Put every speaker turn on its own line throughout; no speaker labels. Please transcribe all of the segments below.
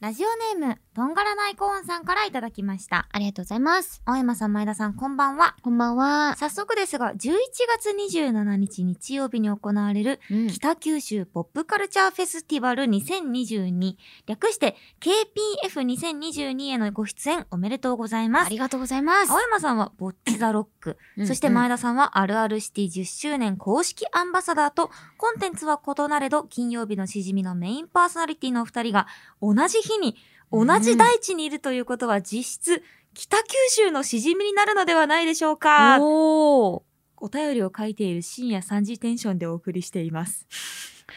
ラジオネーム、どんがらないコーンさんからいただきました。
ありがとうございます。
青山さん、前田さん、こんばんは。
こんばんは。
早速ですが、11月27日日曜日に行われる
うん
北九州ポップカルチャーフェスティバル2022、略して KPF2022 へのご出演おめでとうございま
あ
す。
りがとうございます
青。山さんはボッチザロック、
うん
そして前田さんはあるあるシティ10周年公式アンバサダーと、コンテンツは異なれど、金曜日のしじみのメインパーソナリティのお二人が、同じ日に、同じ大地にいるということは実質、北九州のしじみになるのではないでしょうか。
おー。
お便りを書いている深夜3時テンションでお送りしています。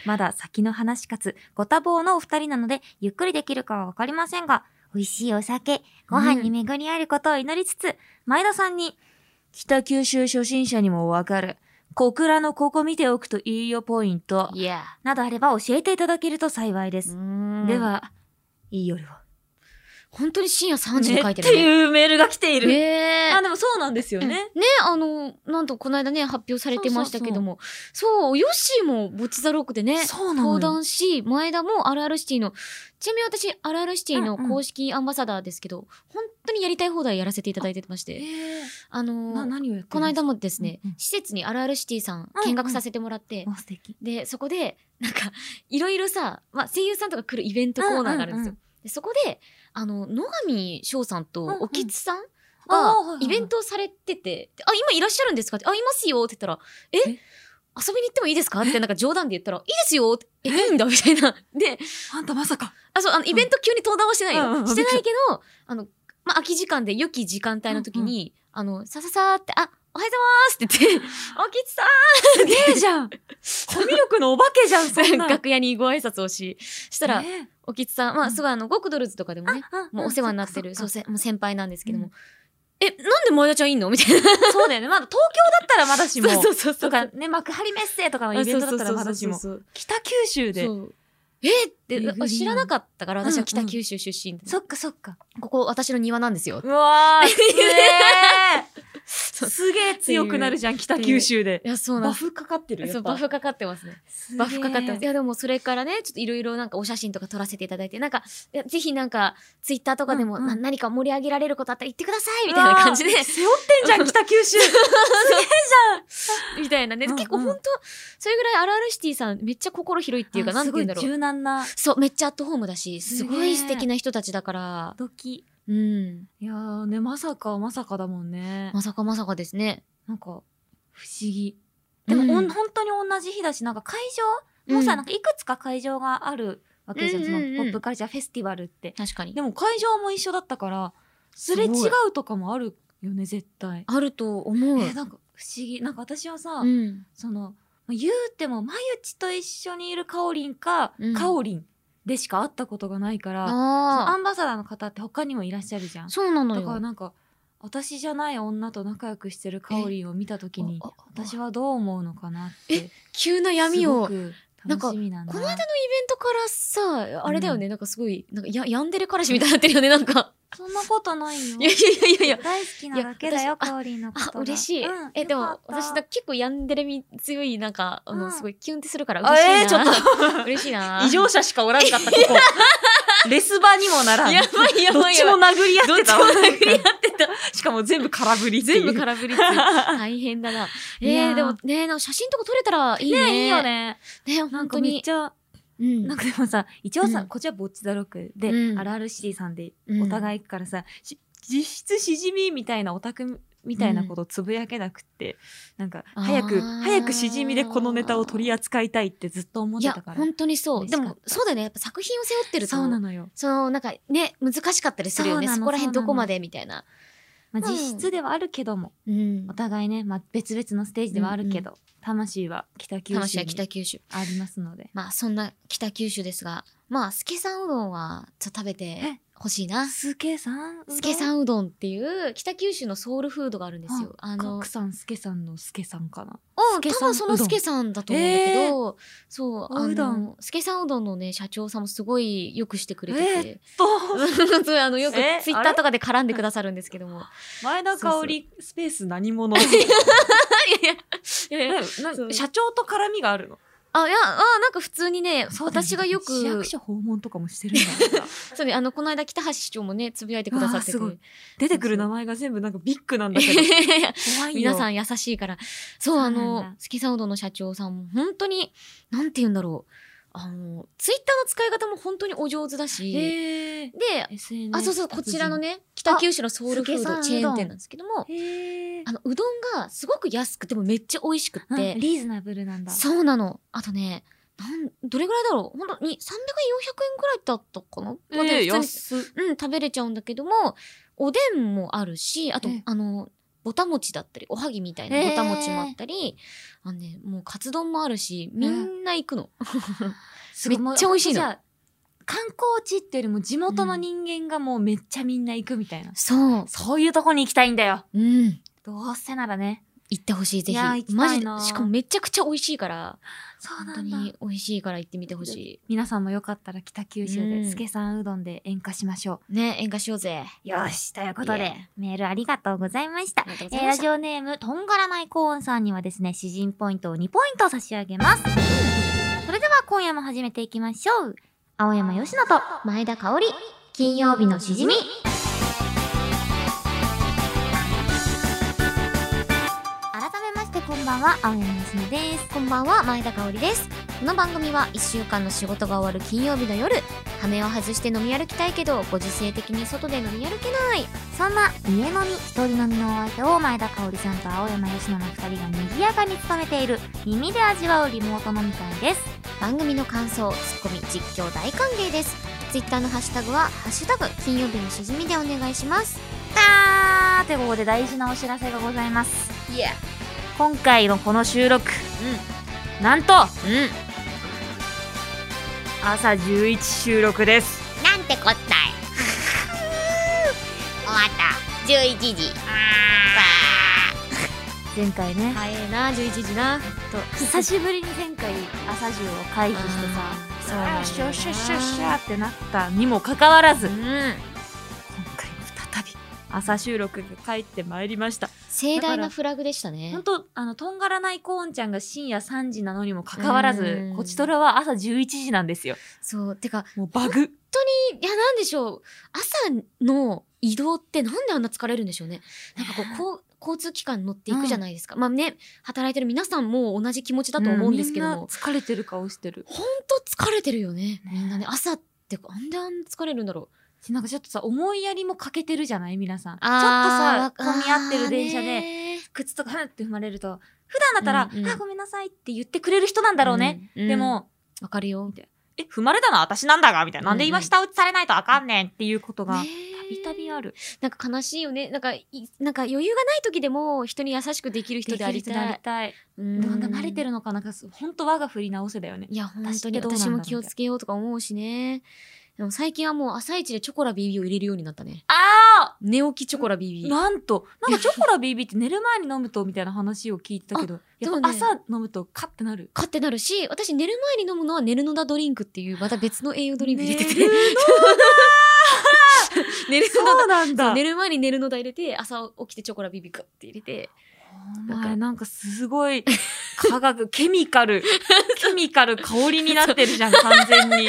まだ先の話かつ、ご多忙のお二人なので、ゆっくりできるかはわかりませんが、美味しいお酒、ご飯に巡り合えることを祈りつつ、前田さんに、北九州初心者にもわかる、小倉のここ見ておくといいよポイント、
いや。
などあれば教えていただけると幸いです。で
で、
は、いい夜を。
本当に深夜3時に書いて
ねっ
る
て
ね。
いうメールが来ている。
え
あ、でもそうなんですよ
うん
ね。
あの、なんとこの間ね、発表されてましたけども。そう、ヨッシーもボッチザロックでね、
そうなのよ
登壇し、前田もあるあるシティの、ちなみに私、あるあるシティの
うんうん
公式アンバサダーですけど、本当にやりたい放題やらせていただいてまし
え
て、
ー
あ
な、
の、
何をやってるんですか
この間もですね
うんうん、
施設にあるあるシティさん
うん
見学させてもらって、
あ素敵。
で、そこで、 なんか、いろいろさ、まあ、声優さんとか来るイベントコーナーがあるんですよ。
うんうん
でそこで、あの、野上翔さんと
うんうん
おきつさん
あ
が
ー
イベントをされてて、あ、今いらっしゃるんですかって、あ、いますよって言ったら、え
え
遊びに行ってもいいですかってなんか冗談で言ったら、いいですよって、え、いいんだみたいな。で、
あんたまさか。
あ、そう、あの、イベント急に登壇はしてな
う
い
んうんうん
よ。してないけど、あの、まあ、空き時間で良き時間帯の時に、あの、さささーって、あ、おはようございますって言 って、おきつさん
すげえじゃん。コミュ力のお化けじゃん、そんな。
楽屋にご挨拶をし、したら、
ね
おきつさん、まあ、すごいあの、ゴクドルズとかでもね、もうお世話になってる、そう
そ
せ、もう先輩なんですけども、
うん
え、なんで前田ちゃんいんのみたいな。
うそうだよね。まだ東京だったらまだしも。
そうそうそ
と
う。
かね、幕張メッセとかのイベントだったらまだしも。
そうそう
北九州
そう
で
そ。うえーっ
巡り合
て、
う
知らなかったから、私は
うん
北
うん
九州出身。
そっかそっか。
ここ、私の庭なんですよ。
うわー、
そう
すげえ強くなるじゃん、北九州で
い。や、そうなん
バ
です。
フかかってる
そう、バ。フかかってますね。バフかかってます。いや、でもそれからね、ちょっといろいろなんかお写真とか撮らせていただいて、なんか、いやぜひなんか、ツイッターとかでも、
うんうん
な何か盛り上げられることあったら言ってくださいみたいな感じで
う、わー背負ってんじゃん、北九州。すげえ
みたいなね。
うんうん
結構ほんと、それぐらいアラアルシティさんめっちゃ心広いっていうか、なんて言うんだろ。
すごいう柔軟な
そう、めっちゃアットホームだし、すご
すげ
い
え
素敵な人たちだから、
時。
うん。
いやーね、まさかまさかだもんね。
まさかまさかですね。
なんか、不思議。でも、
うん
おん本当に同じ日だし、なんか会場もさ、
うん
なんかいくつか会場があるわけじゃん、
うんうんうん
そのポップカルチャーフェスティバルって。
確かに。
でも会場も一緒だったから、すれ違
すごいう
とかもあるよね、絶対。
あると思う。
えーなんか不思議。なんか私はさ、
うん。
その、まあ言うても、まゆちと一緒にいるかおりんか、
うん
かおりんでしか会ったことがないから、そのア
ああ。
ンバサダーの方って他にもいらっしゃるじゃん。
そうなの
だから
よ。
なんか、私じゃない女と仲良くしてるかおりんを見たときに
あ、あ
私はどう思うのかなって
急な闇
すご
を。
く楽しみなんだ
この間のイベントからさ、あれだよね、なんかすごい、なんかや、病んでる彼氏みたいになってるよね、なんか。
そんなこと ないよ
いやいやいやいや。
大好きなだけだ
いや
よ
私あ
かおりんのこと
あ、
が
嬉しい。
うん
え、で
よか
も
っ、た
私、なんか結構ヤンデレみ強い、なんか、あ
う
の、
ん
すごいキュンってするから、
あ
嬉しいな。
えーちょ っと
嬉しいな。
異常者しかおらんかったこ こレスバにもならん
やばいや
どっ
ばい
ち
や
も
ばい。
殴り合ってた
どっちも
殴り合ってたしかも全部空振りってい
全
う
部空振りっていう大変だ な。え
いや
ー、
ー
でもね、なんか写真とか撮れたらいいね。
ねいいよ。ね
ね、
な
本
ん
当
かめっ
に。
ちゃ
うん
なんかでもさ一応さ、
うん
こっちはぼっちだろくで、
うん
あるあるシティさんで
うん
お互い行くからさ、し実質しじみみたいなオタクみたいなことをつぶやけなくって、なんか
あー
早く早くしじみでこのネタを取り扱いたいってずっと思っ
い
て
や
たか、ら
本当にそう。
嬉
で
しかった
も、そうだよね。やっぱ作品を背負ってると。
そうなのよ、
その、なんかね、難しかったりするよね。
そうな
そ
の
こら辺
そうな
ど
の
こまでみたいな。
まあ、
うん
実質ではあるけども、
うん
お。互いね、まあ、別々のステージではあるけど、魂は北九
魂
州
は
に
北九州。
ありますので
まあ、そんな北九州ですが、まあ、スケさんうどんは、ちょっと食べて
え
ほしいな。
すけさん
スケさ
ん
んうどんっていう、北九州のソウルフードがあるんですよ。あの、
角さんすけさんのすけさんかな
うん、
スケ
多
さん
分そうの
どん
スケさんだと思うんだけど、そう、
おうど
あ
ん
の、スケさんうどんのね、社長さんもすごいよくしてくれて
え
て、
と
すごいあの、よく
え
ツイッ
あ
ター
れ
とかで絡んでくださるんですけども。
前田香織スペース何者
いやいや、いやいや
なな
そう
社長と絡みがあるの
あ、いや、あ、なんか普通にね、私がよく、
市役所訪問とかもしてるんだから
そうね、あの、この間北橋市長もね、つぶやいてくださってて
うわーす出てくる名前が全部なんかビッグなんだけど 怖いよ
皆さん優しいから。そう、
そ
あ
うなんだ
の、スキサウドの社長さんも、本当に、なんて言うんだろう。あの、ツイッターの使い方も本当にお上手だし、
へえ
で、
SNS
あ、そうそう、こちらのね、北九州のソウルフードチェーン店なんですけども
達、人へえ
あの、うどんがすごく安くてもめっちゃ美味しくっ
うん
て、
リーズナブルなんだ
そうなの。あとね、なん、どれぐらいだろう本当に300円、400円ぐらいだったかな、まあで普通に
安っ
うん、食べれちゃうんだけども、おでんもあるし、あと、
ええ
あの、ぼたもちだったり、おはぎみたいな
ええ
ぼたもちもあったり、あのね、もうカツ丼もあるし、みんな行くの。
すごい
めっちゃ美味しいの
もうじゃあ観光地っていうよりも地元の人間がもうめっちゃみんな行くみたいな、
そう。
そういうとこに行きたいんだよ
うん。
どうせならね
行ってほしい、ぜ
いやー行
ひ。
きた
マ
い
ジ
な
で。しかもめちゃくちゃ美味しいから、
そう
本
な
当
んだ
に美味しいから行ってみてほし
皆さんもよかったら北九州
う
で
ん
すけさんうどんで演歌しましょ
い。ね、演歌しようぜ。
う、よしということ
イ
で
エ
メールありがとうございました
ありがとうご
え
ざ
ー
いま
ラ
した。
ジオネームとんがらないコーンさんにはですね詩人ポイントを2ポイント差し上げますそれでは今夜も始めていきましょう青山佳乃と前田香織金曜日のしじみ改めましてこんばんは青山佳乃です
こんばんは、前田香織です。この番組は1週間の仕事が終わる金曜日の夜、羽目を外して飲み歩きたいけど、ご時世的に外で飲み歩けない。
そんな家飲み一人飲みのお相手を前田香織さんと青山佳乃の2人が賑やかに務めている耳で味わうリモート飲み会です
番組の感想ツッコミ実況大歓迎ですツイッターのハッシュタグは「ハッシュタグ金曜日のしじみ」でお願いします
あーてここで大事なお知らせがございます
いや
今回のこの収録、なんと
うん
朝11収録です
なんて こったい終わった11時
前回ね、
早えな11時な
と久しぶりに前回朝十を回避してさ
あーそうなんだよ
あ
な
ーシュッシュッシュッシャーってなったにもかかわらず
う
今
ん
回も再び朝収録が帰ってまいりました
盛大なフラグでしたね
本当あのとんがらないコーンちゃんが深夜3時なのにもかかわらず
うん
こちとらは朝11時なんですよ
そうてか
もうバグ
いやなんでしょう朝の移動ってなんであんな疲れるんでしょうねなんかこうこう交通機関乗っていくじゃないですか、まあね働いてる皆さんも同じ気持ちだと思うんですけども、
みんな疲れてる顔してる
ほんと疲れてるよね。
ね
みんなね、朝ってなんであんな疲れるんだろう。
なんかちょっとさ思いやりも欠けてるじゃない皆さんちょっと
あ
さ
ー
混み合ってる電車。
あー
で
ね
靴とかふんって踏まれると普段だったら「
うんうん
あごめんなさい」って言ってくれる人なんだろうね、。
んん
で、も
わかるよ。
「え踏まれたのは私なんだが」みたいな「なんで
うん
今
うん
下打ちされないとあかんねん」っていうことが
ね
たびたびある
なんか悲しいよね。なんかい、なんか余裕がない時でも人に優しくできる人であ
で
り
きる人で
た
あり
い。
たいで
で
もなんか慣れて
る。
るのかなんか本当我が振り直せだよね
いや、本当
私って
に
どうなんだ
私
ろう
も気をつけようとか思うしね。でも最近はもう朝一でチョコラ BB を入れるようになったね。
あ
寝起きチョコラ BB。
なんとなんかチョコラ BB って寝る前に飲むとみたいな話を聞いてたけどやっぱ
でも
朝飲むとカッてなる
かってなるし、私寝る前に飲むのは寝るのだドリンクっていう、また別の栄養ドリンク入れてて。
寝る
寝るのだ
そうなんだ
寝る前に寝るのだ入れて朝起きてチョコラビビクって入れて
お前なんかすご い科学ケミカルケミカル香りになってるじゃん完全に
ケ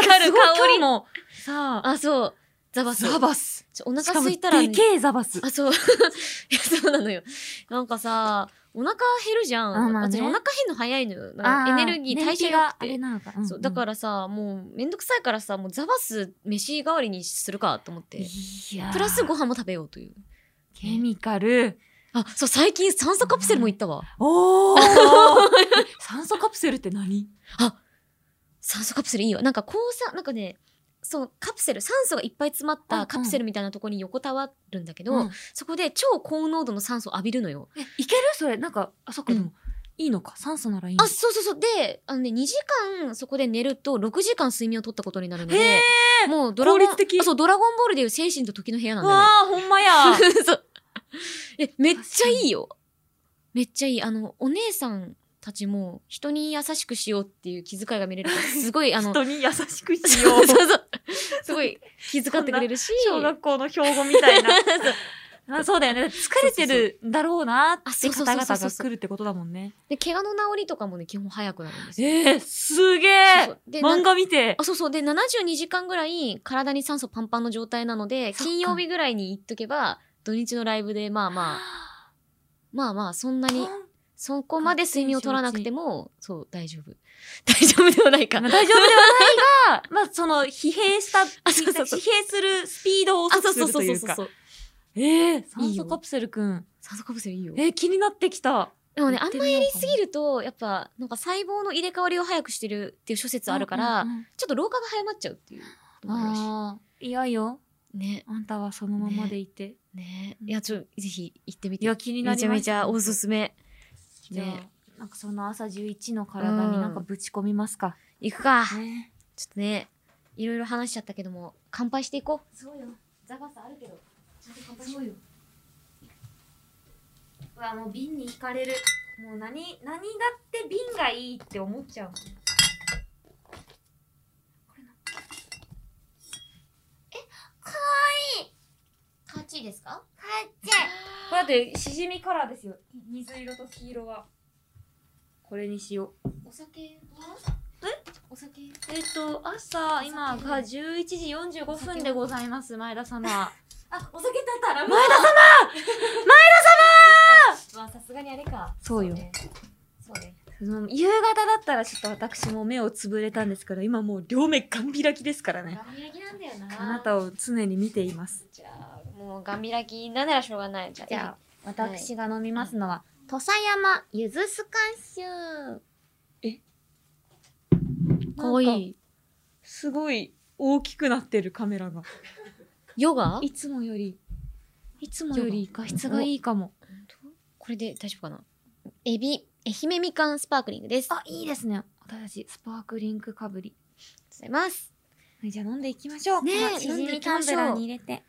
ミカル香り
りもさあ
あそうザバス
ザバス
ちょお
し
腹
かも
空
で
いたら、
けえザバス
あそう いやそうなのよなんかさお腹減るじゃん、
あまあね
私お腹減るの早いのよなんかエネルギー代謝が
があ
良くて
れなのか
そうだかららさもうめんどくさいからさもうザバス飯代わりにするかと思って
いやー
プラスご飯も食べようという
ケミカル
あそう最近酸素カプセルも行ったわ
おお 酸素カプセルって何
酸素カプセルいいわなんかこうさなんかねそのカプセル酸素がいっぱい詰まっ
うんうん
たカプセルみたいなところに横たわるんだけど、
うん
そこで超高濃度の酸素を浴びるのよ、
えいけるそれなんかあそっか
うん
でもいいのか酸素ならいいの
あそうそうそうであのね2時間そこで寝ると6時間睡眠を取ったことになるの
へ
でもうドラゴン
効率的
あそうドラゴンボールでいう精神と時の部屋なんだよね
わあほんま や
そうえめっちゃいいよめっちゃいいあのお姉さんたちも人に優しくしようっていう気遣いが見れ るからすごいあの
人に優しくしよ
そう
う
そうそうすごい気遣ってくれるし
小学校の標語みたいな
そう
あそうだよね。疲れてるだろうなって
そうそうそ
方
う
々
あそうそうそうそう
が来るってことだもんね。
で、怪我の治りとかもね、基本早くなるんですよ。
えー、すげえ
そうそうで
漫
な
画見て
あそうそうで72時間ぐらい体に酸素パンパンの状態なので
そっか
金曜日ぐらいに行っとけば土日のライブでまあまあ
あ、
まあまあそんな
ほ
に
ん
そこまで睡眠を取らなくてもそう大丈夫 大丈夫ではないか
まあ大丈夫では ないが、まあその疲弊した、
あそうそうそう
疲弊するスピードを遅くするというか。
う
ええ
い
酸素
いよ
カプセルくん。
酸素カプセルいいよ
えー気になってきた。
でもねあんま
まやり
りすぎるとやっぱなんか細胞の入れ替わりを早くしてるっていう諸説あるから、
うんうんうん
ちょっと老化が早まっちゃうっていうのもあるらし
あーいやよ。
いね
あんたはそのままでいて。
ね
うん
いやちょぜひ行ってみ
い
て
や、気にな
め
り
ちゃ
ま
め
し
ち
た
ゃおすすめ
じゃあ
ね
なんかその朝11の体になんかぶち込みますか。
行くか
ね。
ちょっとね、いろいろ話しちゃったけども、乾杯していこう。
そうよ。ザガスあるけど。ちゃんと乾
杯しよう
よ。うわ、もう瓶に惹かれる。もう何、何だって瓶がいいって思っちゃうもん。
カーチーですか
これだってしじみカラーですよ水色と黄色はこれにしよう
お酒はお酒
えっと朝今が11時45分でございます前田様
あ、お酒だったら
前田様
まあ、さすがにあれか。
そうよ
ねそうね。
その夕方だったらちょっと私も目をつぶれたんですけど今もう両目ガン開きですからね
ガン開きなんだよな。
あなたを常に見ています
じゃあ、もうガン開きなんならしょうがない。じゃあ、
じゃあ私が飲みますのは
土佐山ゆずすかんしゅかわい
なん
い。
すごい大きくなってるカメラが
ヨガ
いつもよりいつもより画質がいいかも
これで大丈夫かなエビ、愛媛みかんスパークリングです。あ
あ
りが
いいですね私たちスパークリングかぶり
とうございます。
はい、じゃあ飲んでいきましょう。
ねえ
この縮みタンブラーに入れて。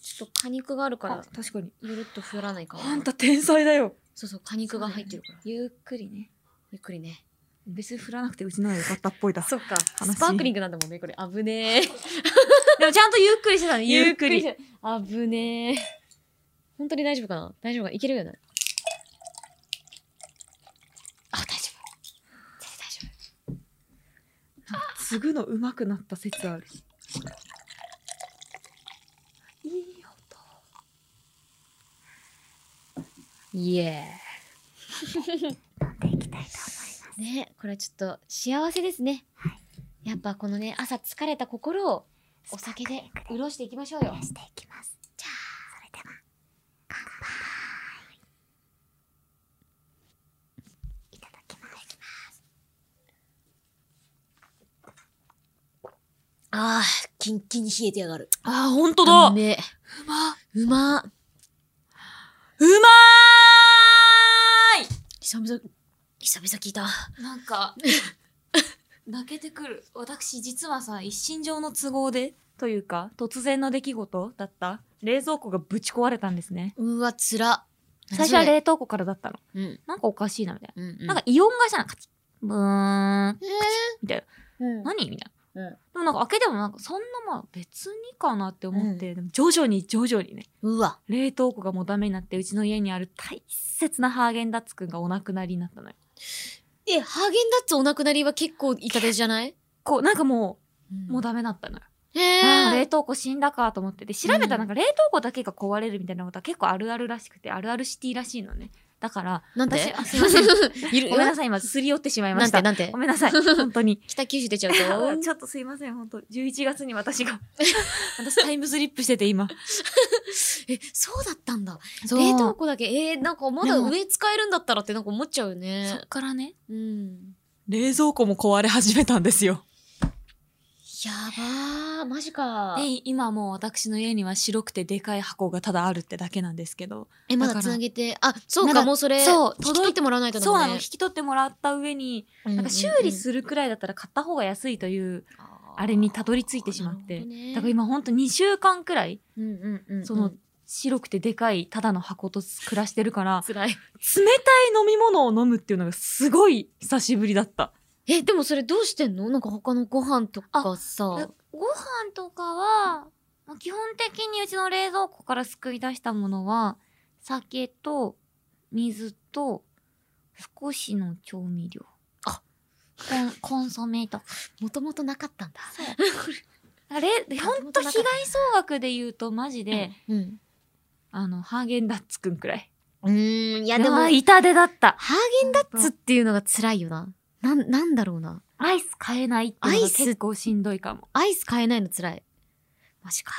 ちょっと果肉があるから
あ、確かに。
ゆるっとふらないかも。
あんた天才だよ。
そうそう、果肉が入ってるから。
ゆっくりね。
ゆっくりね。
別に振らなくてうちのが良かったっぽい だ。
そっか。
話
スパークリングなんだもんね、これ。危 ねえ。
でもちゃんとゆっくりして たね。ゆっくり。。
危ねえ。本当に大丈夫かな大丈夫かいけるよね。あ、大丈夫。全然
継ぐの上手くなった説ある。いい
大丈夫。イエ
音。飲ん でいきたいと思います。
ー。ねこれはちょっと幸せですね。やっぱこのね、朝疲れた心をお酒で潤していきましょうよ。
していきます。じゃあ、それでは。乾杯。いただきます。
ああ、キンキンに冷えてやがる。
あー、ほんと
う
だ。
めえ
うま。
うま
うま
久々、久々聞いた。
ーいなんか、泣けてくる。私、実はさ、一身上の都合で、というか、突然の出来事だった、冷蔵庫がぶち壊れたんですね。
うわ、つら。
最初は冷凍庫からだったの。
うん。
なんかおかしいな、みたい
うん。
な。なんか、イオンがしたの、カチッ、ブーン、
え
みたい
ー、
な。何みたいな。
うん
でもなんか開けてもなんか、そんなまあ別にかなって思って、でも徐々に徐々にね、
うわ。
冷凍庫がもうダメになって、うちの家にある大切なハーゲンダッツくんがお亡くなりになったのよ。
え、ハーゲンダッツお亡くなりは結構痛手じゃない
こう、なんかもう、も
も
う。ダメだったのよ。
え
あー
ー
冷、凍庫死んだかと思ってで調べたらなんか冷凍庫だけが壊れるみたいなことは結構あるあるらしくてあるあるシティらしいのね。だから
なん
私
て
あすいません
いる
ごめんなさい今すり寄ってしまいま
な
し
んて
た。
なんて
ごめんなさい 本当に
北九州出ちゃう
ち
と。
ょっとすいません本当11月に私 が私タイムスリップしてて今
え、そうだったんだ。
そう
冷凍庫だけ、えー、なんかまだ
でも
上使えるんだったらってなんか思っちゃうよ
そ
ね
っ。からね
うん。
冷蔵庫も壊れ始めたんですよ。
やばー、マジか
で。今もう私の家には白くてでかい箱がただあるってだけなんですけど
え、ま
だか
だ
ら
繋げて。あ、そう
ま
か、
だ
もうそれ、
そう
引き取ってもらわないとだ
そ
も
うんな
ね
の引き取ってもらった上になんか修理するくらいだったら買った方が安いというあれにたどり着いてしまってだから
今、
今ほんと2週間くらい
うんうんうんうん
その白くてでかいただの箱と暮らしてるから
辛い。
冷たい飲み物を飲むっていうのがすごい久しぶりだった
え、でもそれどうしてんのなんか他のご飯とか
あ
さ。
ご飯とかはまあ基本的にうちの冷蔵庫から救い出したものは、酒と水と少しの調味料。
あ
コン、 コンソメとか。
もともとなかったんだ。
あれ、ほんと被害総額で言うとマジで、
うん。
あの、ハーゲンダッツくんくらい。
うーん、いや
い
でも、ハーゲン
痛手だった。
ダッツっていうのが辛いよな。なん、なんだろうな。
アイス買えないっていうの
ア
が
イス
結構しんどいかも。
アイス買えないの辛い。マジか。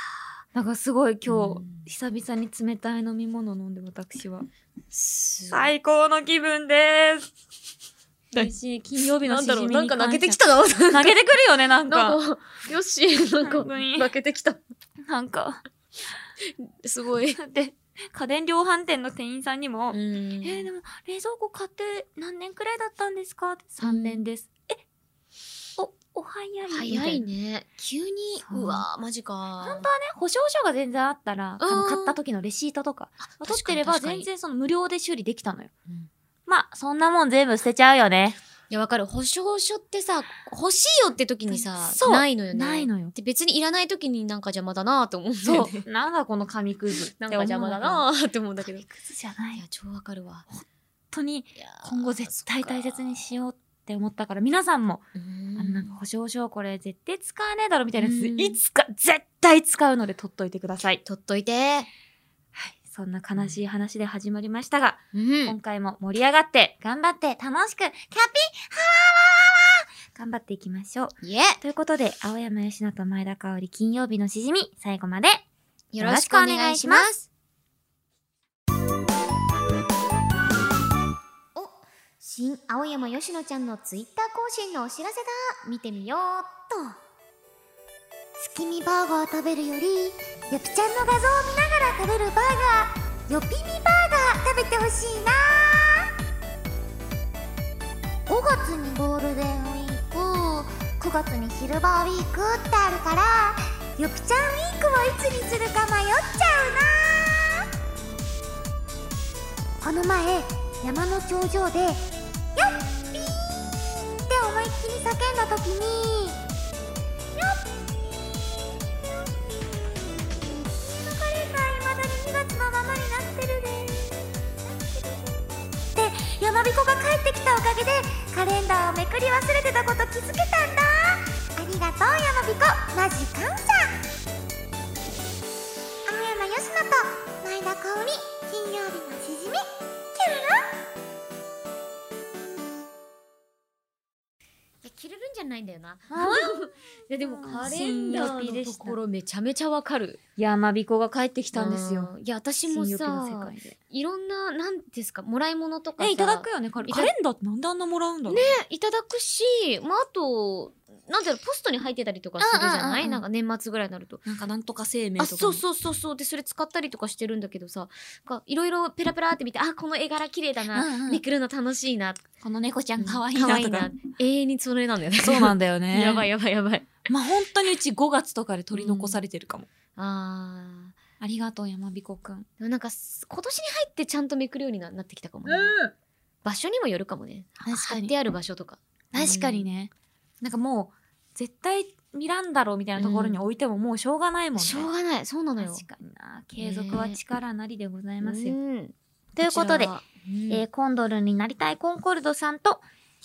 なんかすごい今日、
うん
久々に冷たい飲み物飲んで私は。
すごい
最高の気分です。
何
嬉しい。金曜日の
な
し
ん
じ
だ
み
ろう、
に
な
感
ん
謝
か泣けてきたな。
投げてくるよね、なんか。
なんか、よし、なんか、
本当に
負けてきた。
なんか。
す ごい。
で、家電量販店の店員さんにも、えー、
え
でも、冷蔵庫買って何年くらいだったんですか ?3 年です。えお、お早い。
早い。ね。急に、
そう
うわー、マジか。本
当保証書が全然あったら、あの
うん
買った時のレシートとか、
当
取ってれば全。然その無料で修理できたのよ。
うん
まあ、そんなもん全部捨てちゃうよね。
いや、わかる。保証書ってさ、欲しいよって時にさ
そ、う
ないのよね。
ないのよ。
で別にいらない時になんか邪魔だなーって思うんだ
そ
よね。
う。 なんだこの紙くず。
なんか邪魔だ
ぁ。
なーって思うんだけど。
紙
い
くずじゃない。
や
本、
超わかるわ。
当に
いやー
今後絶対大切にしようって思ったから、皆さんも、
うー
あのなんか
ん
保証書これ絶対使わねえだろみたいなやつ、
うん
いつか絶対使うので取っといてください。
取っといて。
はい。そんな悲しい話で始まりましたが、
うん
今。回も盛り上がって、頑張って、楽しく、キャピーはー頑張っていきましょう。
いえ、
ということで、青山よしと前田香織金曜日のしじみ、最後まで
よろしくお願いします。お、新青山よしのちゃんのツイッター更新のお知らせだ。見てみようっと。
月見バーガー食べるよりよぴちゃんの画像を見ながら食べるバーガーよぴみバーガー食べてほしいな5月にゴールデンウィーク9月にシルバーウィークってあるからよぴちゃんウィークはいつにするか迷っちゃうなこの前山の頂上で「よっぴー!」って思いっきり叫んだ時にのカレンダー未だに2月のままになってるででやまびこが帰ってきたおかげでカレンダーをめくり忘れてたこと気づけたんだありがとうやまびこマジ感謝青山よしと前田香織金曜日のしじみキュルル
いや着れるんじゃないんだよな。
あ
いやでもカレンダーのところめちゃめちゃわかる。
山彦が帰ってきたんですよ。
うん。いや私
金
も
曜日の世
さ
界、で。
いろんななんですかもらい物とかさ
ね、いただくよね、カレ
いた
カレンダーってなんであんなもらうんだろう。ね
いただくし、まああとなんだろうポストに入ってたりとかするじゃ
うんうん
な
うんう
い？
ん
なんか年末ぐらいになると。
なんかなんとか生命
あ
とかも。
そうそうそうそうでそれ使ったりとかしてるんだけどさなんかいろいろペラペラって見てあこの絵柄綺麗だな、
うんうん
めくるの楽しいな
この猫ちゃん可愛い
可
な
愛い
と
な
か。
永遠にそれなんだよね
そうなんだよ ね。
やばいやばいやばい
まあ本当にうち5月とかで取り残されてるかも。
あ
ありがとう、山彦くん。
ーでもなんかす今年に入ってちゃんとめくるようにななってきたかもね、場所にもよるかもね
確か
貼っ
に。
てある場所とか
確かにね。なんかもう、絶対見らんだろうみたいなところに置いてももうしょうがないもんね。
しょうがないそうなのよ
確かにな。継続は力なりでございますよ。
うん
ということで、
こちら
え
は
ーコンドルになりたいコンコルドさんと、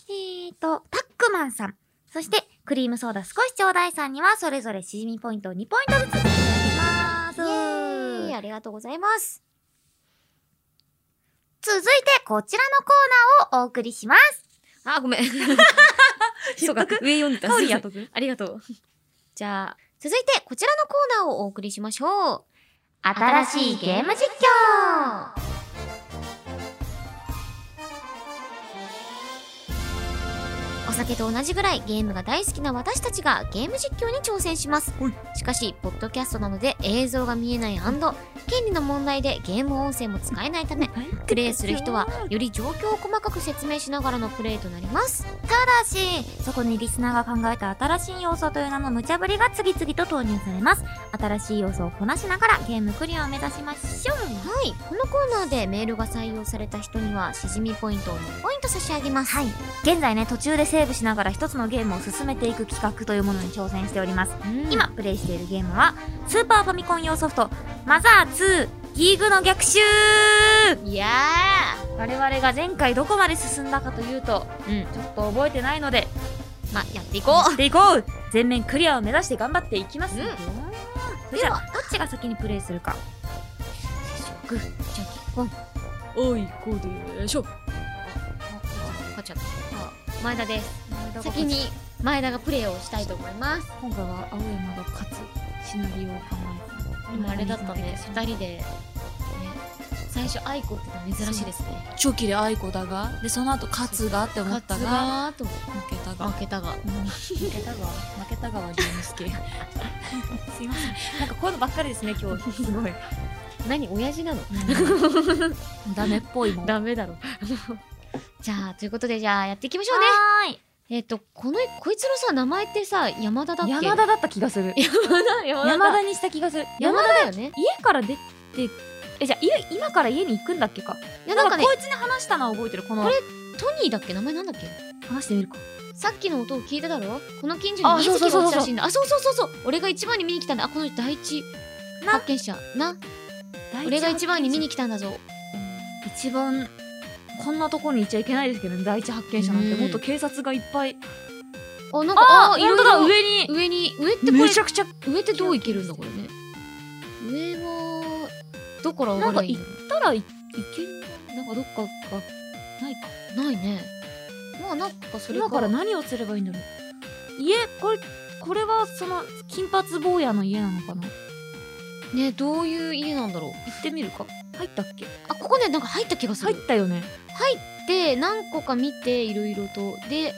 えーと、パックマンさん、そして、クリームソーダ少しちょうだいさんには、それぞれしじみポイントを2ポイントずついただきます。
うんイエーイありがとうございます
続いてこちらのコーナーをお送りします
あごめんそうか上読んでた
香りやっとく
ありがとう。じゃあ、続いてこちらのコーナーをお送りしましょう。
新しいゲーム実況
お酒と同じぐらいゲームが大好きな私たちがゲーム実況に挑戦します
ほい。
しかし、ポッドキャストなので映像が見えない権利の問題でゲーム音声も使えないため、プレイする人はより状況を細かく説明しながらのプレイとなります。
ただし、そこにリスナーが考えた新しい要素という名の無茶ぶりが次々と投入されます。新しい要素をこなしながらゲームクリアを目指しましょう。
はい、このコーナーでメールが採用された人にはしじみポイントを2ポイント差し上げます。
現在ね、途中でセーーブしながら一つのゲームを進めていく企画というものに挑戦しております。
今
今プレイしているゲームは、スーパーファミコン用ソフト、マザー2ギーグの逆襲
いや
我々が前回どこまで進んだかというと、
うん
ちょっと覚えてないので、
ーまあやっていこ
やっていこう全面クリアを目指して頑張っていきます。
うん
それじゃあ、どっちが先にプレイするか。
うグッじゃんポン
おい、こうでしょ。
勝っちゃった前田です先に前田がプレイをしたいと思います
今回は青山が勝つシナリオを考えて
今あれだったね二人でね最初愛子っての珍しいですね
チョキで愛子だがでその後勝つがって思っ
勝
た
つ
が
がーと思って
負けたが
負けたが
負けたが負けたがはゲーム 好きすいませんなんかこういうのばっかりですね今日すごい
何親父なの
ダメっぽいもん
ダメだろ じゃあということでじゃあやっていきましょうね
はーい
えっとこのこいつのさ名前ってさ山田だっけ
山田だった気がする
山田山田
山田にした気がする
山
山
田
田
だよね
家から出てえじゃあ家今から家に行くんだっけか
いやなんかね
こいつに話したのは覚えてるこの
これトニーだっけ名前なんだっけ
話してみるか
さっきの音を聞いただろこの近所
あ
に隕
そうそうそうそう
石が落ちたらしいんだあそうそうそうそう俺が一番に見に来たんだあこの人第一
な
発見者な俺が一番に見に来たんだぞ
一番こんなとこにいちゃいけないですけどね第一発見者なんて
うん
もっと警察がいっぱい
あなんかあい
本
ろ
当
い
だ
ろ
上に
上に上ってこ
めちゃ
れ
くちゃ
上ってどういけるんだこれね上はどこから上
なん
がれば
か
いい
行
の
ったらいいけるなんかどっかがないか
ないねまあなんかそれが
今から何をすればいいんだろう家これこれはその金髪坊やの家なのかな行
ねどういう家なんだろう
ってみるか入ったっけ
あここねなんか入った気がす
入
る
ったよね
入って何個か見ていろいろとで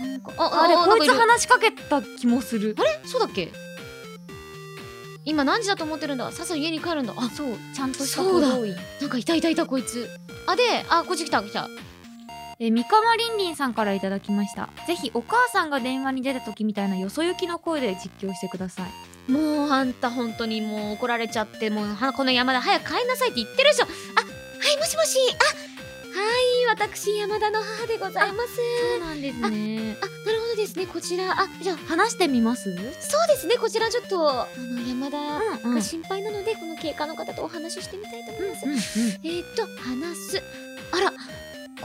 なんかあ
あれ
なん
こ
か
いつ
る
話しかけた気もする
あれそうだっけ今何時だと思ってるんださっさと家に帰るんだあそう
ちゃんとした
そうだ
行動員
なんかいたいたいたこいつあであこっち来た来た
え三河りんりんさんからいただきましたぜひお母さんが電話に出た時みたいなよそ行きの声で実況してください
もうあんた本当にもう怒られちゃってもうはこの山田早く帰んなさいって言ってるでしょあはいもしもしあはい私山田の母でございます
そうなんですね
あなるほどですねこちらあじゃあ
話してみます
そうですねこちらちょっとあの山田
うん
が心配なので、この警官の方とお話ししてみたいと思います、
う
えー、っと話すあらこ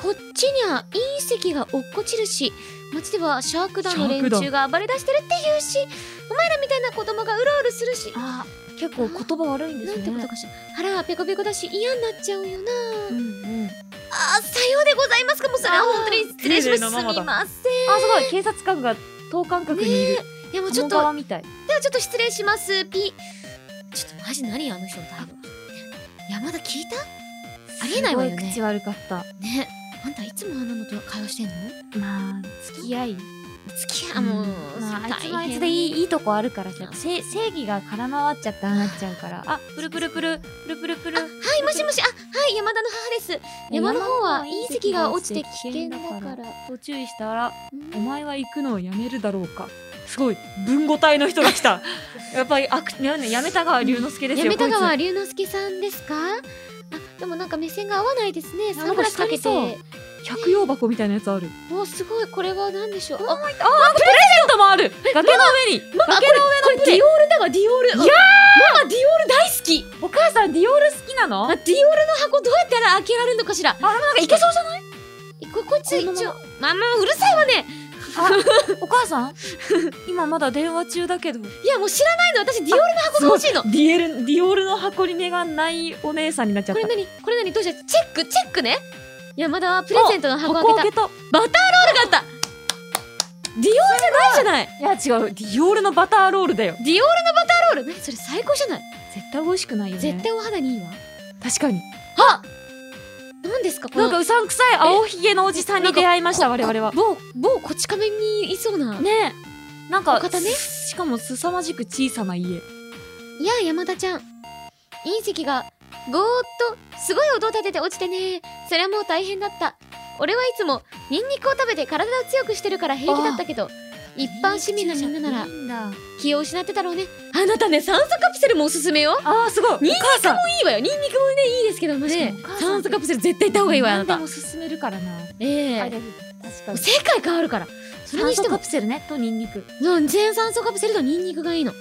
っちには隕石が落っこちるし街ではシャーク団の連中が暴れ出してるっていうしお前らみたいな子供がうろうろするし
あ結構言葉悪いんで
なん
す
て
ね
ことかしら腹はペコペコだし嫌になっちゃうよな
うんうん
あさようでございますかもうそれは本当に失礼しま
あ
した
ー綺麗なママだ
すみません
あすごい警察官が等間隔にいる
いやもうち
鴨
ょっとでは
川みたい
ちょっと失礼しますピちょっとマジ何あの人の態度山田聞いたありえないわよね
すごい口悪かった
ねあんたいつもあんなのと会話してんの
まあ付き合い
付き合いあもう、
まあ、あいつもあ
大変
いつでいいいいとこあるからさ
うん
せ正義が絡まわっちゃってああなっちゃうからあプルプルプルプルプルプル
はいもしもしあはい山田の母です山の方は隕石が落ちて危険だから
と注意したら
うん
お前は行くのをやめるだろうかすごい文語体の人が来 たやっぱりあくややめた川龍之介です
や
よ
めた
こいつ
川龍之介さんですかあでもなんか目線が合わないですねサングラスかけて
なんか百葉箱みたいなやつある。
おすごいこれは何でしょうあ
あ、プレゼントもある。崖の上に。崖の
これ
プレ
ディオールだわディオール
いやー
ママディオール大好き
お母さんディオール好きなの？
あディオールの箱どうやったら開けられるのかしら
あ、なんかいけそうじゃない？
ここっち一
このま
応ママうるさいわね
お母さ ん？今まだ電話中だけど。デ
いやもう知らないの私ディオールの箱が欲しいのこ
ィエルディオールの箱に目がないお姉さんになっちゃった
れ。何これ何どうしたチェックチェックね山田はプレゼントの箱
箱
を開けた
た。
悪かったディオールじゃないじゃない
いや違う。ディオールのバターロールだよ。
ディオールのバターロール何それ最高じゃない
絶対美味しくないよね。
絶対お肌にいいわ
確かに。
あ何ですかこ
な
の
んかうさんくさい青ひげのおじさんに出会いました
なん
我
か
々は。
某某こち亀にいそうな、
ねえ。なんか
お方ね
すしかも凄まじく小さな家。
いや山田ちゃん隕石がゴーッとすごい音を立てて落ちてねそれはもう大変だった俺はいつもニンニクを食べて体を強くしてるから平気だったけど一般市民のみんななら
ら。
気を失ってたろうねあなたね酸素カプセルもおすすめよ
あーすごい。
ニンニ
お母さん。
いいわよニンニクもねいいですけどもね
確かにお母さん
酸素カプセル絶対行った方がいいわよあな
何で
た
も進めるからな。
ええ
あれ確かに
世界変わるからそれ
酸
にして
素カ
も
プセルねとニンニク
うん全酸素カプセルとニンニクがいいのん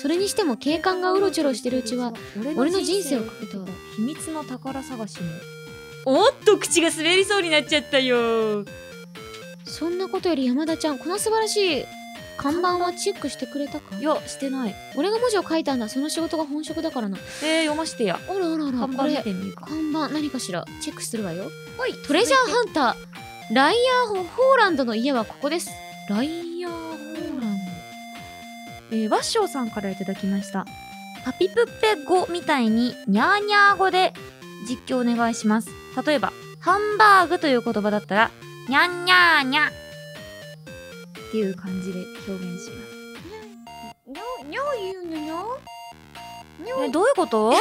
それにしても警官がうろちょろしてるうちは俺の人生をかけた
秘密の宝探しもおっと口が滑りそうになっちゃったよ
そんなことより山田ちゃんこの素晴らしい看板はチェックしてくれたか
いやしてない
俺が文字を書いたんだその仕事が本職だからな
えー、読ましてや
あらあらあら
看板
こ
見
れ
てみるか
看板何かしらチェックするわよ
はい
トレジャーハンターライアーホホーランドの家はここですライアーホーラン
えー、ワッショーさんからいただきましたパピプッペ語みたいにニャーニャー語で実況お願いします例えばハンバーグという言葉だったらニャンニャーニャっていう感じで表現します
にょにょ言うのよにょ
えどういうこと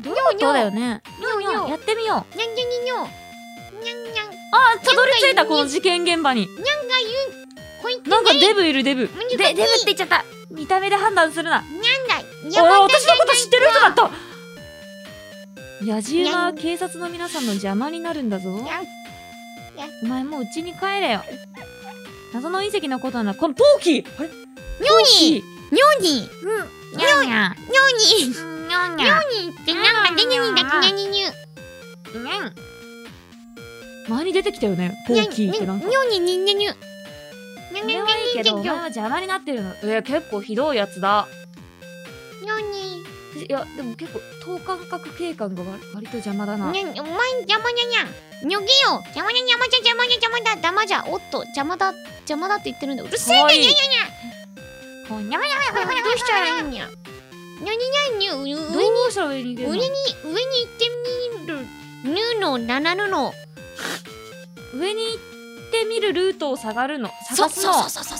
どういうことだよね
にょにょに
や
ゃ
ってみよう
にゃにゃにゃにょにゃんにゃん
あたどり着いた
ニャンニャン
この事件現場に
が言うこいつ
なんかデブいるデブでデ
ニ
ブって言っちゃった見た目で判断するな
なんだ
おい
やばい
私のこと知ってる人だった野じ馬は警察の皆さんの邪魔になるんだぞ
にゃん
お前もう家に帰れよ謎の隕石のことならこのポーキーあれ
にょに
ー
にょに
にゃんにゃん
にょに
にゃんにゃん
にょにってなんかデニにだけにゃににゅ
前に出てきたよねポ
にゃ
ー
ん
キ
に
ーってなんか
にょにににゃにゅにゃ
そ
に
れ
ゃ
はいいけ
に
どお
に
前は邪魔になってるのえ結構ひどいやつだ
にょに
いやでも結構等間隔警官が割割と邪魔だな
にゃんお前邪魔にゃにゃんにょぎよ邪魔にゃにゃまじゃ邪魔にゃ邪魔だ邪魔じゃおっと邪魔だ邪魔だって言ってるんだうるせえ
可愛い
にゃにゃ
こうにゃんに
にゃにゃどうしたらいいにゃにゃににゃにゅ
ゃんどうしたら上に出
上
る
に
の
上に行ってみるぬのななぬの
上に行ってみるルートを下がるの
ド
探す
そう
の
そうそうそう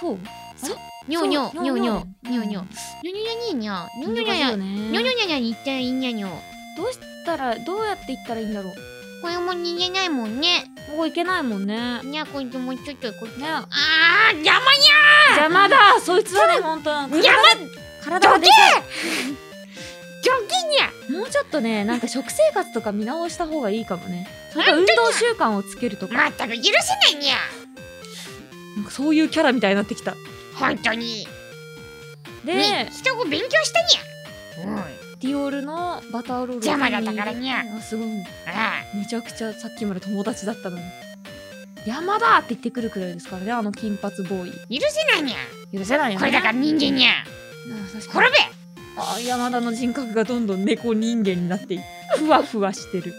そう
そう
にょにょにょにょに
難
ょにょにょにょににゃにょに
し
ょに
い
ゃ
よね
にょにょにゃにゃに行ったらいいにゃにょ
どうしたらどうやって行ったらいいんだろう
これも逃げないもんね
ここ行けないもんねね
にゃこいつもちょっとこっちあー邪魔
邪魔だそいつはね本当なんか
邪魔
体がでか
ジョギにゃ
いもうちょっとねなんか食生活とか見直した方がいいかもねそれか運動習慣をつけるとか
まったく許せないにゃ
なんかそういうキャラみたいになってきた
本当に
で
ね人を勉強したにゃ
ディオールのバターロール
邪魔だったからにゃ
あすごい
あ
めちゃくちゃさっきまで友達だったのに山だって言ってくるくらいですからねあの金髪ボーイ
許せないにゃ
許せないよね
これだから人間にゃ
うん確かに
滅べ
あ山田の人格がどんどん猫人間になっていくふわふわしてる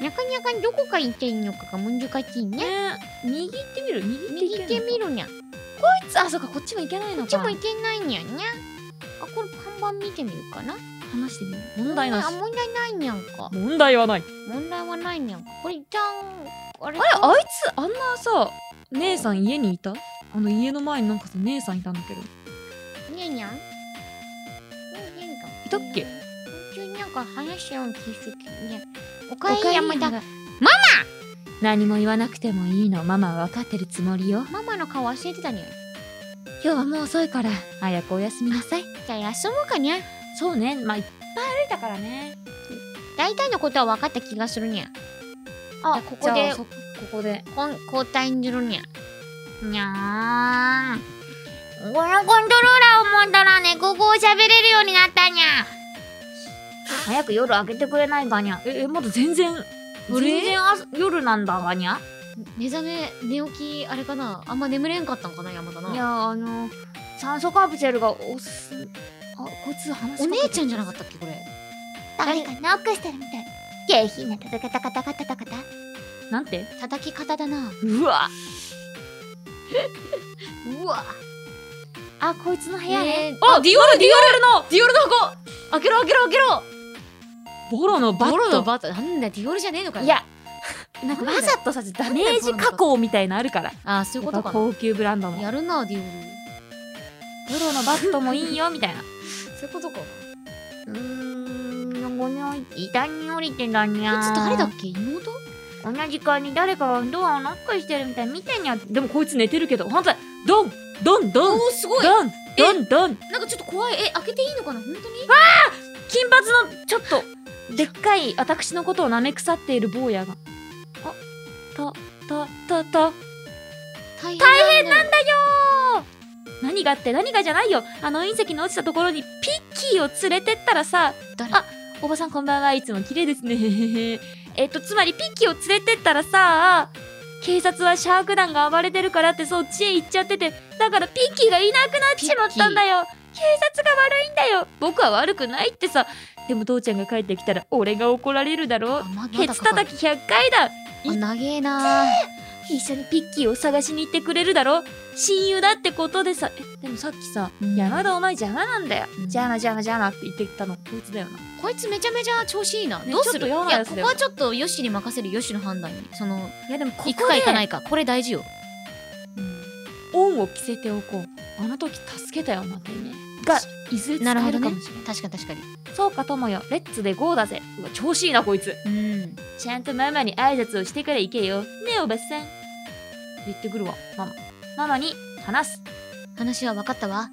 にゃかにゃかどこか行っていいのかが難しいにゃ
ね右行ってみる右
右
行
行
っ
ってて
み
み
る
るにゃこ
あそうかこっちも行けないの
っち
か
も行けないにゃにゃあこれ看板見てみるかな
話してみる問題なし
あ問題ないにゃんか
問題はない
問題はないにゃんかこれじゃんあれ
あれあいつあんなさ姉さん家にいたあの家の前になんかさ姉さんいたんだけど
にゃにゃんにゃにゃんか
いたっけ
急になんか話しようにするにゃお
お
かえり山田
何も言わなくてもいいのママは分かってるつもりよ
ママの顔忘れてたにゃ
今日はもう遅いから早くおやすみなさい
じゃあ休もうかにゃ
そうねまあいっぱい歩いたからね
大体のことは分かった気がするにゃ
あ
ここで
じゃあそここで
こん交代にするにゃ
にゃーん
このコントローラーを持ったら猫語を喋れるようになったにゃ
早く夜明けてくれないガニャええまだ全然全然あ夜なんだガニャ
目覚め寝起きあれかなあんま眠れんかったんかな山田
い
な
やあの酸素カプセルがおすあこいつ話し
お
か
姉
け
ちゃんじゃなかったっけこれ
誰かノックしてるみたい下品なたたかたかたかたかた
なんて
叩き方だな
うわ
うわ
あこいつの部
部屋
屋ね、
ね
あディオールディオールのディオールの箱開けろ開けろ開けろボロのバット
ボロのバットなんだディオールじゃねえのかよ
いやなんかわざとさダメージ加工みたいなあるから
あーそういう
や
こと
っぱ
かな
高級ブランドもボ
やるなディオール
ロのバットもいいよみたいな
そういうことかな
うーんごにょ板に降りてんだにゃ
こいつ誰だっけ妹
同じ間に誰かがドアをノックしてるみたい見てにゃでもこいつ寝てるけど本当だドンドン
お
ドン
おすごい
ドンドンドン
なんかちょっと怖いえ開けていいのかな本当に
金髪のちょっとでっかい私のことを舐め腐っている坊やがあと、と、と、と、
大変なんだ
何がって何がじゃないよあの隕石の落ちたところにピッキーを連れてったらさ
誰
あおばさんこんばんはいつも綺麗ですねへ へへえっとつまりピッキーを連れてったらさ警察はシャーク団が暴れてるからってそっちへ行っちゃっててだからピッキーがいなくなっちまったんだよ警察が悪いんだよ僕は悪くないってさでも父ちゃんが帰ってきたら俺が怒られるだろ
まだ
ケツ叩き100回だ
あ長えな
一緒にピッキーを探しに行ってくれるだろ親友だってことでさえでもさっきさ「
うん
山田お前邪魔なんだよ、
うん
邪魔邪魔邪魔」って言ってたのこいつだよな
こいつめちゃめちゃ調子いいな、
ね
どうするい
ちょっと嫌な
や
やつ
こ
だよ
こはちょっとヨッシーに任せるヨッシーの判断にその
いやでもここ
行くか行かないいかこれ大事よ
恩を着せておこうあの時助けたよまたねがいずれ使
なるほ
え
ど
る
ね
かもしれない
確かに確かに
そうか友よレッツでゴーだぜうわ調子いいなこいつ
うん
ちゃんとママに挨拶をしてから行けよねえおばさん言ってくるわママママに話す
話は分かったわ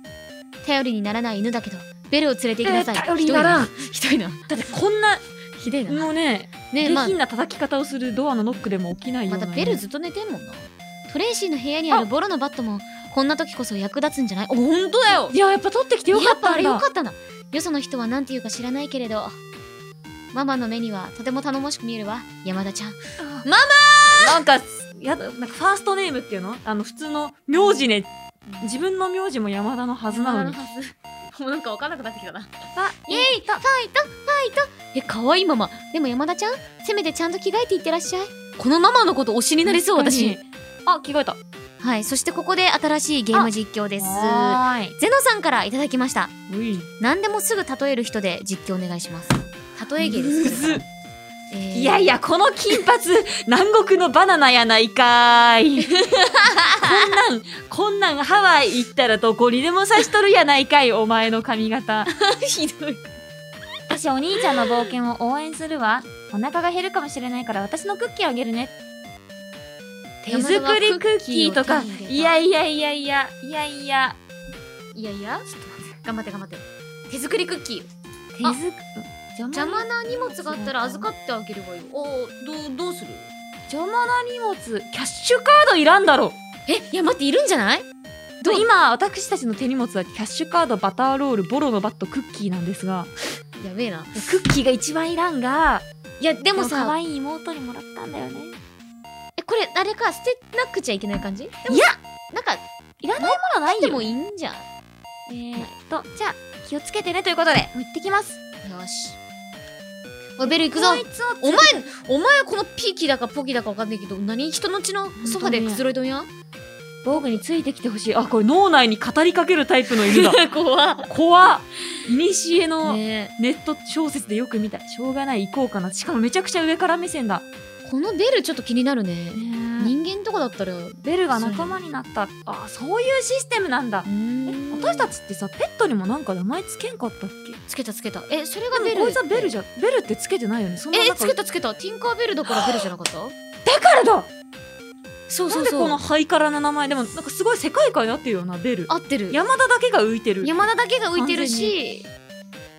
頼りにならない犬だけどベルを連れて行きなさい、
えー頼りにならん
ひどいな
だってこんな
ひどいなひどいな
もうね
ねえ
下
まあ
品な叩き方をするドアのノックでも起きないよう
ま
な
たベルずっと寝てんもんなトレイシーの部屋にあるボロのバットもこんな時こそ役立つんじゃないおほんとだよ
いややっぱ取ってきてよかったんだ
やっぱあれよかったなよその人は何て言うか知らないけれどママの目にはとても頼もしく見えるわ山田ちゃん
なんかやだなんかファーストネームっていうのあの普通の名字ね自分の名字も山田のはずなのに
山田のはずもうなんか分からなくなってきたな
あ
イエイファイトファイトえ可愛いママでも山田ちゃんせめてちゃんと着替えていってらっしゃいこのママのこと推しになりそう私
あ着替えた
はいそしてここで新しいゲーム実況です
はーい
ゼノさんからいただきました
うい
何でもすぐ例える人で実況お願いします例え芸です
む
けれ
ず
ども、えー
いやいやこの金 髪南国のバナナやないかーいこんなんこんなんハワイ行ったらどこにでも差しとるやないかいお前の髪型ひどい私お兄ちゃんの冒険を応援するわお腹が減るかもしれないから私のクッキーあげるね手作りクッキーとか
山田はクッキーを手
い
に入れた
やいやいやいやいやいや
いやいや頑張って頑張って手作りクッキー
手
あ
作
邪
邪魔
魔
な
な荷物があったら預かってあげればいいおどうどうする
邪魔な荷物キャッシュカードいらんだろ
えいや待っているんじゃないどう
今私たちの手荷物はキャッシュカードバターロールボロのバットクッキーなんですが
やべえな
クッキーが一番いらんが
いやで
でも
も
さ可
さ
愛い妹にもらったんだよね
えこれあれか捨てなくちゃいけない感じい
や
なんか
いらないものない
で
よ
もいいんじゃん
えーっとじゃあ気をつけてねということでもう行ってきます
よしおいベル行くぞ
こいつを
お前お前このピーキーだかポキだかわかんないけど何人の血のソファでくつろいどんや
防具についてきてほしいあこれ脳内に語りかけるタイプの犬だ
怖
怖っいにしえの
ね
ネット小説でよく見たしょうがない行こうかなしかもめちゃくちゃ上から目線だ、
えこのベルちょっと気になるね
ね
人間とかだったらう
ベルが仲間になったあそういうシステムなんだ
ーん
私たちってさペットにもなんか名前つけんかったっけ
つけたつけたえそれが
で
ベ
も
ル
こいつはベルじゃベルってつけてないよねそんな
え
中
つけたつけたティンカーベルだからベルじゃなかった
だからだ
そう
な
そ
ん
う
で
そ
この
う
ハイカラな名前でもなんかすごい世界観になってるよなベル
合ってる
山田だけが浮いてる
山田だけが浮いてるし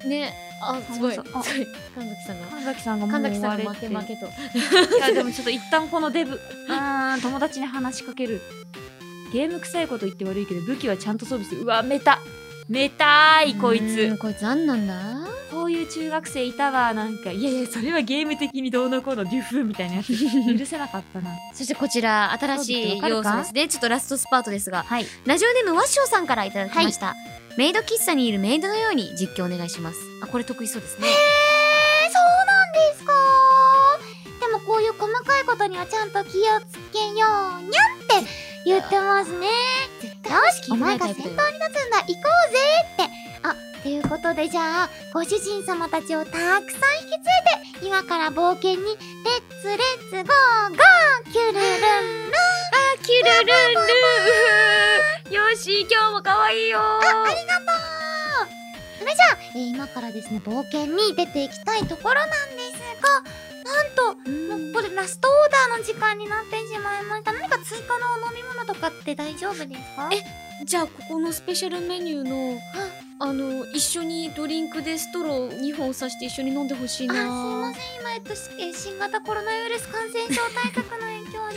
ねあすごいす
そう
ご
そうあ
い神崎さんが
神崎さんがもう
神
終
崎さ
わ
ん
れ
が
っ
負
て
け負けと
いやでもちょっと一旦このデブうーん友達に話しかけるゲーム臭いこと言って悪いけど武器はちゃんと装備するうわメタメタいこいう
ー
つ
んこいつ何なんだ
こういう中学生いたわなんかいやいやそれはゲーム的にどうのこうのデュフみたいなやつ許せなかった な
そしてこちら新しい要素ですねちょっとラストスパートですが、
はい
ラジオネームワッショウさんからいただきました、メイド喫茶にいるメイドのように実況お願いしますあこれ得意そうですね
えー、そうなんですかでもこういう細かいことにはちゃんと気をつけようにゃんって言ってますねよしお前が先頭に立つんだ行こうぜってあっていうことでじゃあご主人様たちをたくさん引き連れて今から冒険にレッツレッツゴーゴーキュルルンルン
あキュルルンルンよし今日も可愛いよ
ありがとうそれじゃあ、えー今からですね冒険に出ていきたいところなんですがなんともうこれラストオーダーの時間になってしまいました何か追加のお飲み物とかって大丈夫ですか
えじゃあここのスペシャルメニューのあの一緒にドリンクでストロー2本刺して一緒に飲んでほしい
あすいま
な
せん今えっとしえー新型コロナウイルス感染症対策の影響で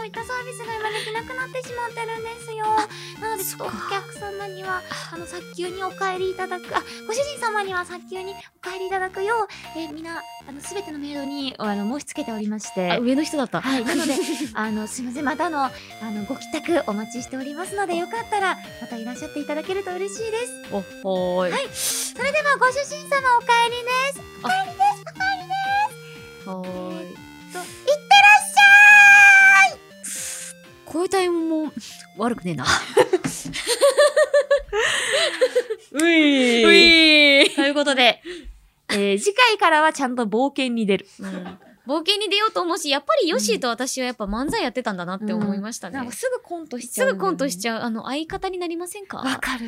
ビスが今できなくなってしまってるんですよなのでちょっとお客様にはあの早急にお帰りいただくあご主人様には早急にお帰りいただくようえみんなあの全てのメイドにあの申し付けておりまして
あ上の人だった。
はい、なので、あの、すみません、またあの、あの、ご帰宅お待ちしておりますので、よかったら、またいらっしゃっていただけると嬉しいです。
おほーい。
それでは、ご主人様、お帰りです。お帰りです。お帰りで
ほーい。
す。と、いってらっしゃい。
こういうタイムも悪くねえな。
ういうー
い
ということで、えー次回からはちゃんと冒険に出る。
冒険に出ようと思うし、やっぱりヨッシーと私はやっぱ漫才やってたんだなって思いましたね。
なんかすぐコントしち
す
ゃう、
ぐコントしちゃう。あの、相方になりませんか
わかる。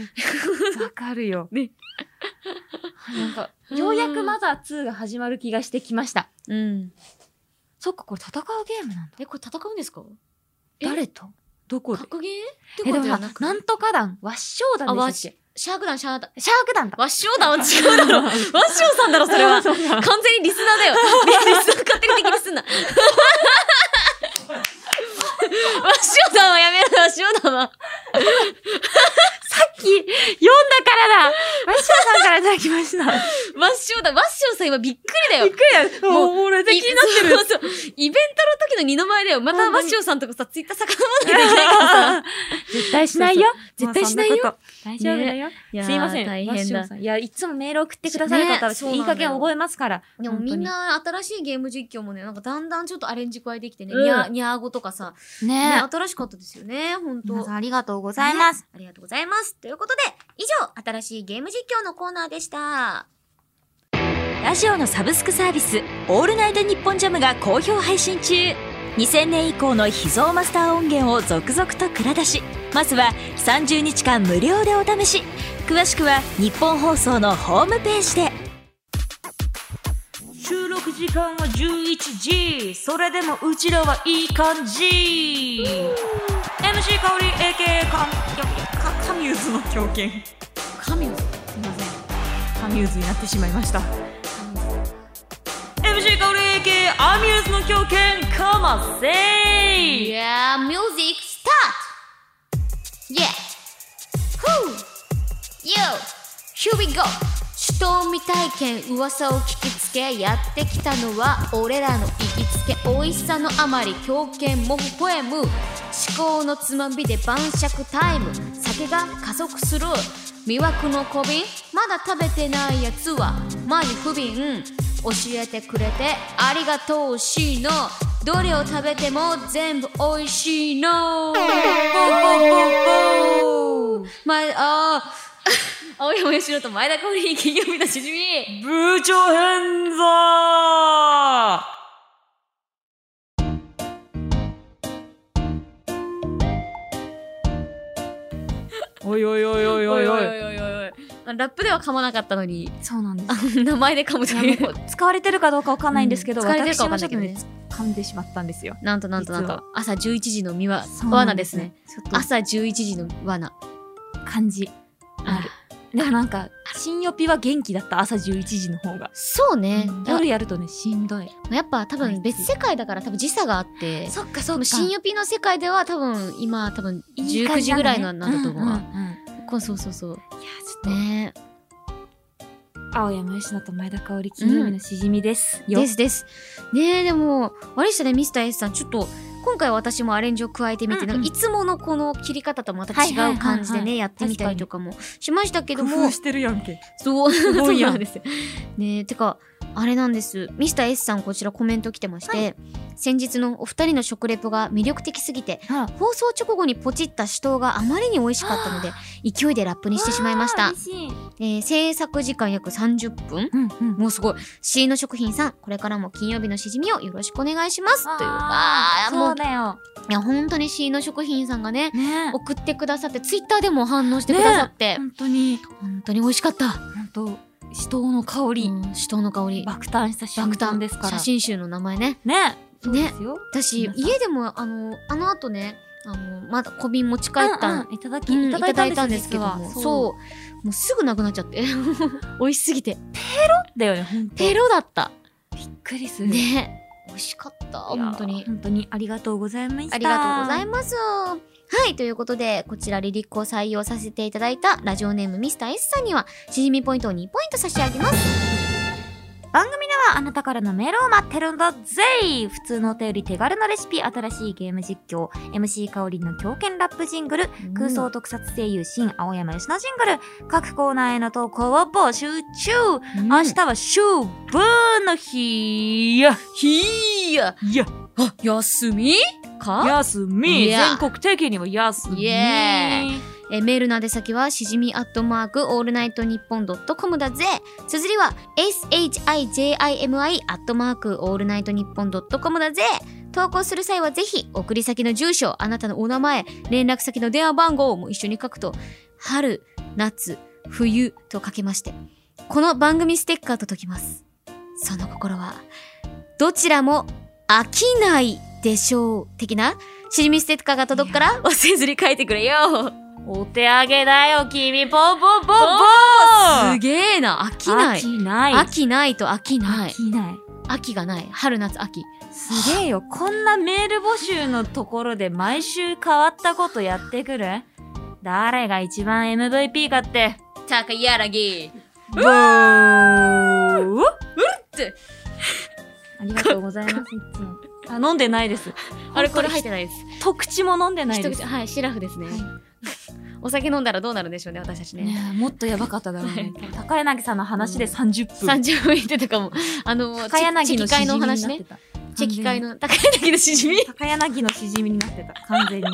わかるよ。
ね
なんか、ようやくマザー2が始まる気がしてきました。
うん。
そっか、これ戦うゲームなんだ。
え、これ戦うんですかえ
誰とどこで
格ゲーって
え、で
こと
も
で
さ
はなく。
なんとか団、和尚団
あ、
で
わ
したっ
し、シャークダン、シャーダン。
けシャーク団だ。
わっしょうだは違うだろ。 わっしょうさんだろ、それは。 完
そうだ
全にリスナーだよ。 リスナー勝手に敵にすんな。 わっしょうさんはやめろ、わっしょうだ
さ
は。
っき、読んだからだ和尚さんからいただきま した。
わっしょうだ、わっしょうさん今びっくりだよ。
くりだ
もう
もう、俺
いそうそうイベントの時の二の舞だよ。また
本当
わっ
に
しょうさんとかさ、ツイッター遡んなきゃいけないからさ。
絶対しないよ。
絶対しないよ
まあ。そんなこと大丈夫だよ。すいません。
大
マッ
変
シュ
だ
ルさ。んいや、いつもメール送ってくださる方、
ねそう
い
ないんだよ
加減覚えますから。
でも
本当
み
に
んな新しいゲーム実況もね、なんかだんだんちょっとアレンジ加えてきてね、
うん
にゃにゃーごとかさ、ね、
ね
新しかったですよね、ほんと。
皆さんありがとうご
ざ
ざ
い
い
ま
ます。
ありがとうございます。ということで、以上、新しいゲーム実況のコーナーでした。
ラジオのサブスクサービス「オールナイトニッポンジャム」が好評配信中2000年以降の秘蔵マスター音源を続々と蔵出しまずは30日間無料でお試し詳しくは日本放送のホームページで
収録時間は11時それでもうちらはいい感じ MC 香り AKA カカカミューズの狂犬
カミューズ。
すいませんカミューズになってしまいました MC 香り AKA アミューズの狂犬カマセイ
いやー、ミュージックスタート !Yeah! Whoo! Yo! Here we go! 首都未体験噂を聞きつけやってきたのは俺らの行きつけ美味しさのあまり狂犬も微笑む思考のつまみで晩酌タイム酒が加速する魅惑の小瓶まだ食べてないやつはマジ不憫教えてくれてありがとうしのどれを食べても全部美味しいのまああー青山吉野と前田香織金曜日のしじみ
部長変座おいおいおいおいおいおい
おいおいあラップでは噛まなかったのに
そうなんです
名前で噛むと
い
い
やも
う
うこれ使われてるかどうかわかんないんですけど、
うん使われてるかわかんないけどね
私もちょっとね噛んでしまったんですよ
なんとなんとなん
実
と
は
朝11時のみわ罠ですね
そうなんですね
朝11時の罠
ちょっと感じあるでもなんか新予備は元気だった朝11時の方が、
そうね、
夜やるとねしんどい
やっぱ多分別世界だから多分時差があって
そっか
多
そ
分新予備の世界では多分今多分19時ぐらいのなんだと思うわ、
んんうんいや
こうそうそうそう
ちょっと、
ね
青山佳乃と前田香織金曜日のしじみです、よ
ですですねえでも悪いっしたねミスター S さんちょっと今回私もアレンジを加えてみて、
うんうん
なんかいつものこの切り方とまた
はい
違
はいはいは
う
い
感じでねやってみたりとかもしましたけども
してるやんけ
そう
す
そ
ご
う
いやん
なんですよ。ねえてかあれなんですミスター S さんこちらコメント来てまして、先日のお二人の食レポが魅力的すぎて
あ
放送直後にポチった死闘があまりに美味しかったの で勢いでラップにしてしまいました、えー制作時間約30分
うんうん
もうすごい C の食品さんこれからも金曜日のしじみをよろしくお願いしますという
あ
あ
ー
ー
そ
も
う
う
だよ
いや本当に C の食品さんがね
ね
送ってくださってツイッターでも反応してくださって、
本当に
本当に美味しかった、
本当死闘の香り、
うん、死闘の香り
爆誕した瞬
爆
間
誕
ですから
写真集の名前ね
ねそうで
ね
すよ、
私
皆さん
家でもあのあの後ねあのまだ小瓶持ち帰ったん、
うんうんいただき、
うん
い
い
た
た
だ
だ
い
い
た
た
ん
ん
で
ですす
け
け
ど
ど
も
もそうもうすぐなくなっちゃって 美味しすぎて
だよねほんと
ペロだった
びっくりする、
ね美味しかったった本当に
本当にありがとうございました
ありがとうござい
ま
ますはいということでこちらリリックを採用させていただいたラジオネームミスター S さんにはしじみポイントを2ポイント差し上げます
す番組ではあなたからのメールを待ってるんだぜい普通のお便り手軽なレシピ新しいゲーム実況 MC 香りの狂犬ラップジングル空想特撮声優新青山吉野ジングル各コーナーへの投稿を募集中
うん
明日は秋分の日や
ひーや
いや
あ、休み
か
休み
いや
全国的にも休み
イエえーメールの宛先はしじみアットマークオールナイトニッポンドットコムだぜ綴りは SHIJIMI アットマークオールナイトニッポンドットコムだぜ投稿する際はぜひ送り先の住所あなたのお名前連絡先の電話番号も一緒に書くと春夏冬とかけましてこの番組ステッカーと解きますその心はどちらも飽きないでしょう的なしじみステッカーが届くから忘れずに書いてくれよ
お手上げだよ君ポンポンポンポン
すげえな飽きな
飽
い
きない
飽きないと飽きない
飽きない
秋がない春夏秋
すげえよこんなメール募集のところで毎週変わったことやってくる誰が一番 MVP かって
高柳
ブーう
て
ありがとうございますいつもあ飲んでないです
あれこれ入ってないです
一口も飲んでないで
一
す
口はいシラフですね、
はい
お酒飲んだらどうなるんでしょうね私たちね
ねえもっとやばかっただろうね。
高柳さんの話で30分
30分いてたかもあの
高柳の
チェキ会のお
し
話
じみにな
ね
ってた
チェキ会の高柳のしじみ
高柳のしじみになってた完全に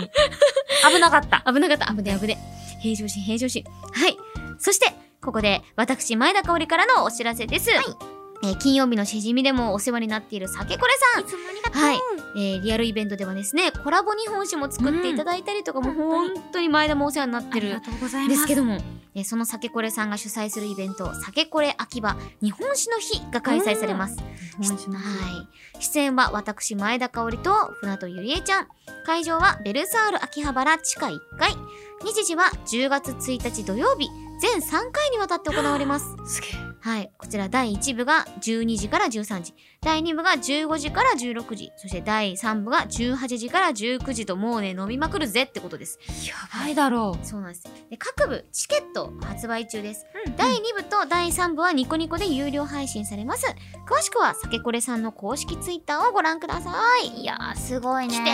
危なかった
危なかった危ね危ね平常心平常心はいそしてここで私前田香織からのお知らせです、えー金曜日のしじみでもお世話になっている酒これさん
つもありが
はい、えーリアルイベントではですねコラボ日本酒も作っていただいたりとか、もう
本
本当に前田もお世話になっ
あ
て
りが
る
とうございま
んですすけども、えーその酒これさんが主催するイベント「酒これ秋葉日本酒の日」が開催されます、
日本酒の日
はい、出演は私前田香織と船戸ゆりえちゃん会場はベルサール秋葉原地下1階日時は10月1日土曜日全3回にわたって行われます
すげえ
はいこちら第1部が12時から13時第2部が15時から16時そして第3部が18時から19時ともうね飲みまくるぜってことです
やばいだろう
そうなんですで各部チケット発売中です、第2部と第3部はニコニコで有料配信されます詳しくは酒これさんの公式ツイッターをご覧くださいいや
とう。すごいね。
来て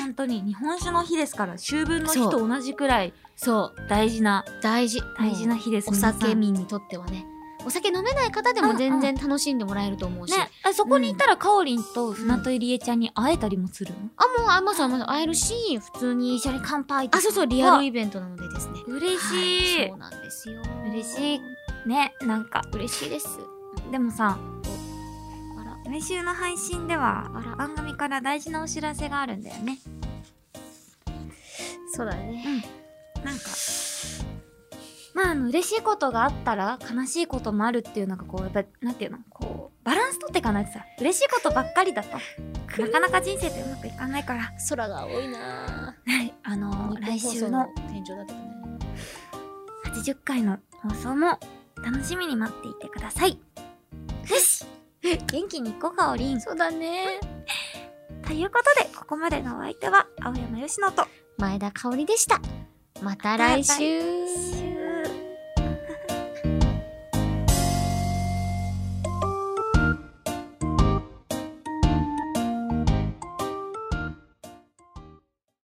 ー
本当に日本酒の日ですから秋分の日
そう
と同じくらい
そう
大事な
大事
大事な日です
お酒
ね
民にとってはねお酒飲めない方でも全然楽しんでもらえると思うし、
あそこにいたらかおりんと船戸入江ちゃんに会えたりもするの
あもうあまさんまさん会えるし普通に
一緒に乾杯
あそうそうリアルイベントなのでですね
嬉し
はいそうなんですよ
嬉しいねなんか
嬉しいです
でもさ
あら
来週の配信では
あら
番組から大事なお知らせがあるんだよね
そうだね
なんかまああの嬉しいことがあったら悲しいこともあるっていうのがこうやっぱなんていうのこうバランス取っていかないとさ嬉しいことばっかりだとなかなか人生ってうまくいかないから
空が青いな
はいあの
ぁ
来週の
日本放送天井だけどね
80回の放送も楽しみに待っていてくださいよし元気にいこうかおりん
そうだね。
ということでここまでのお相手は青山佳乃と
前田香織でした。また来週。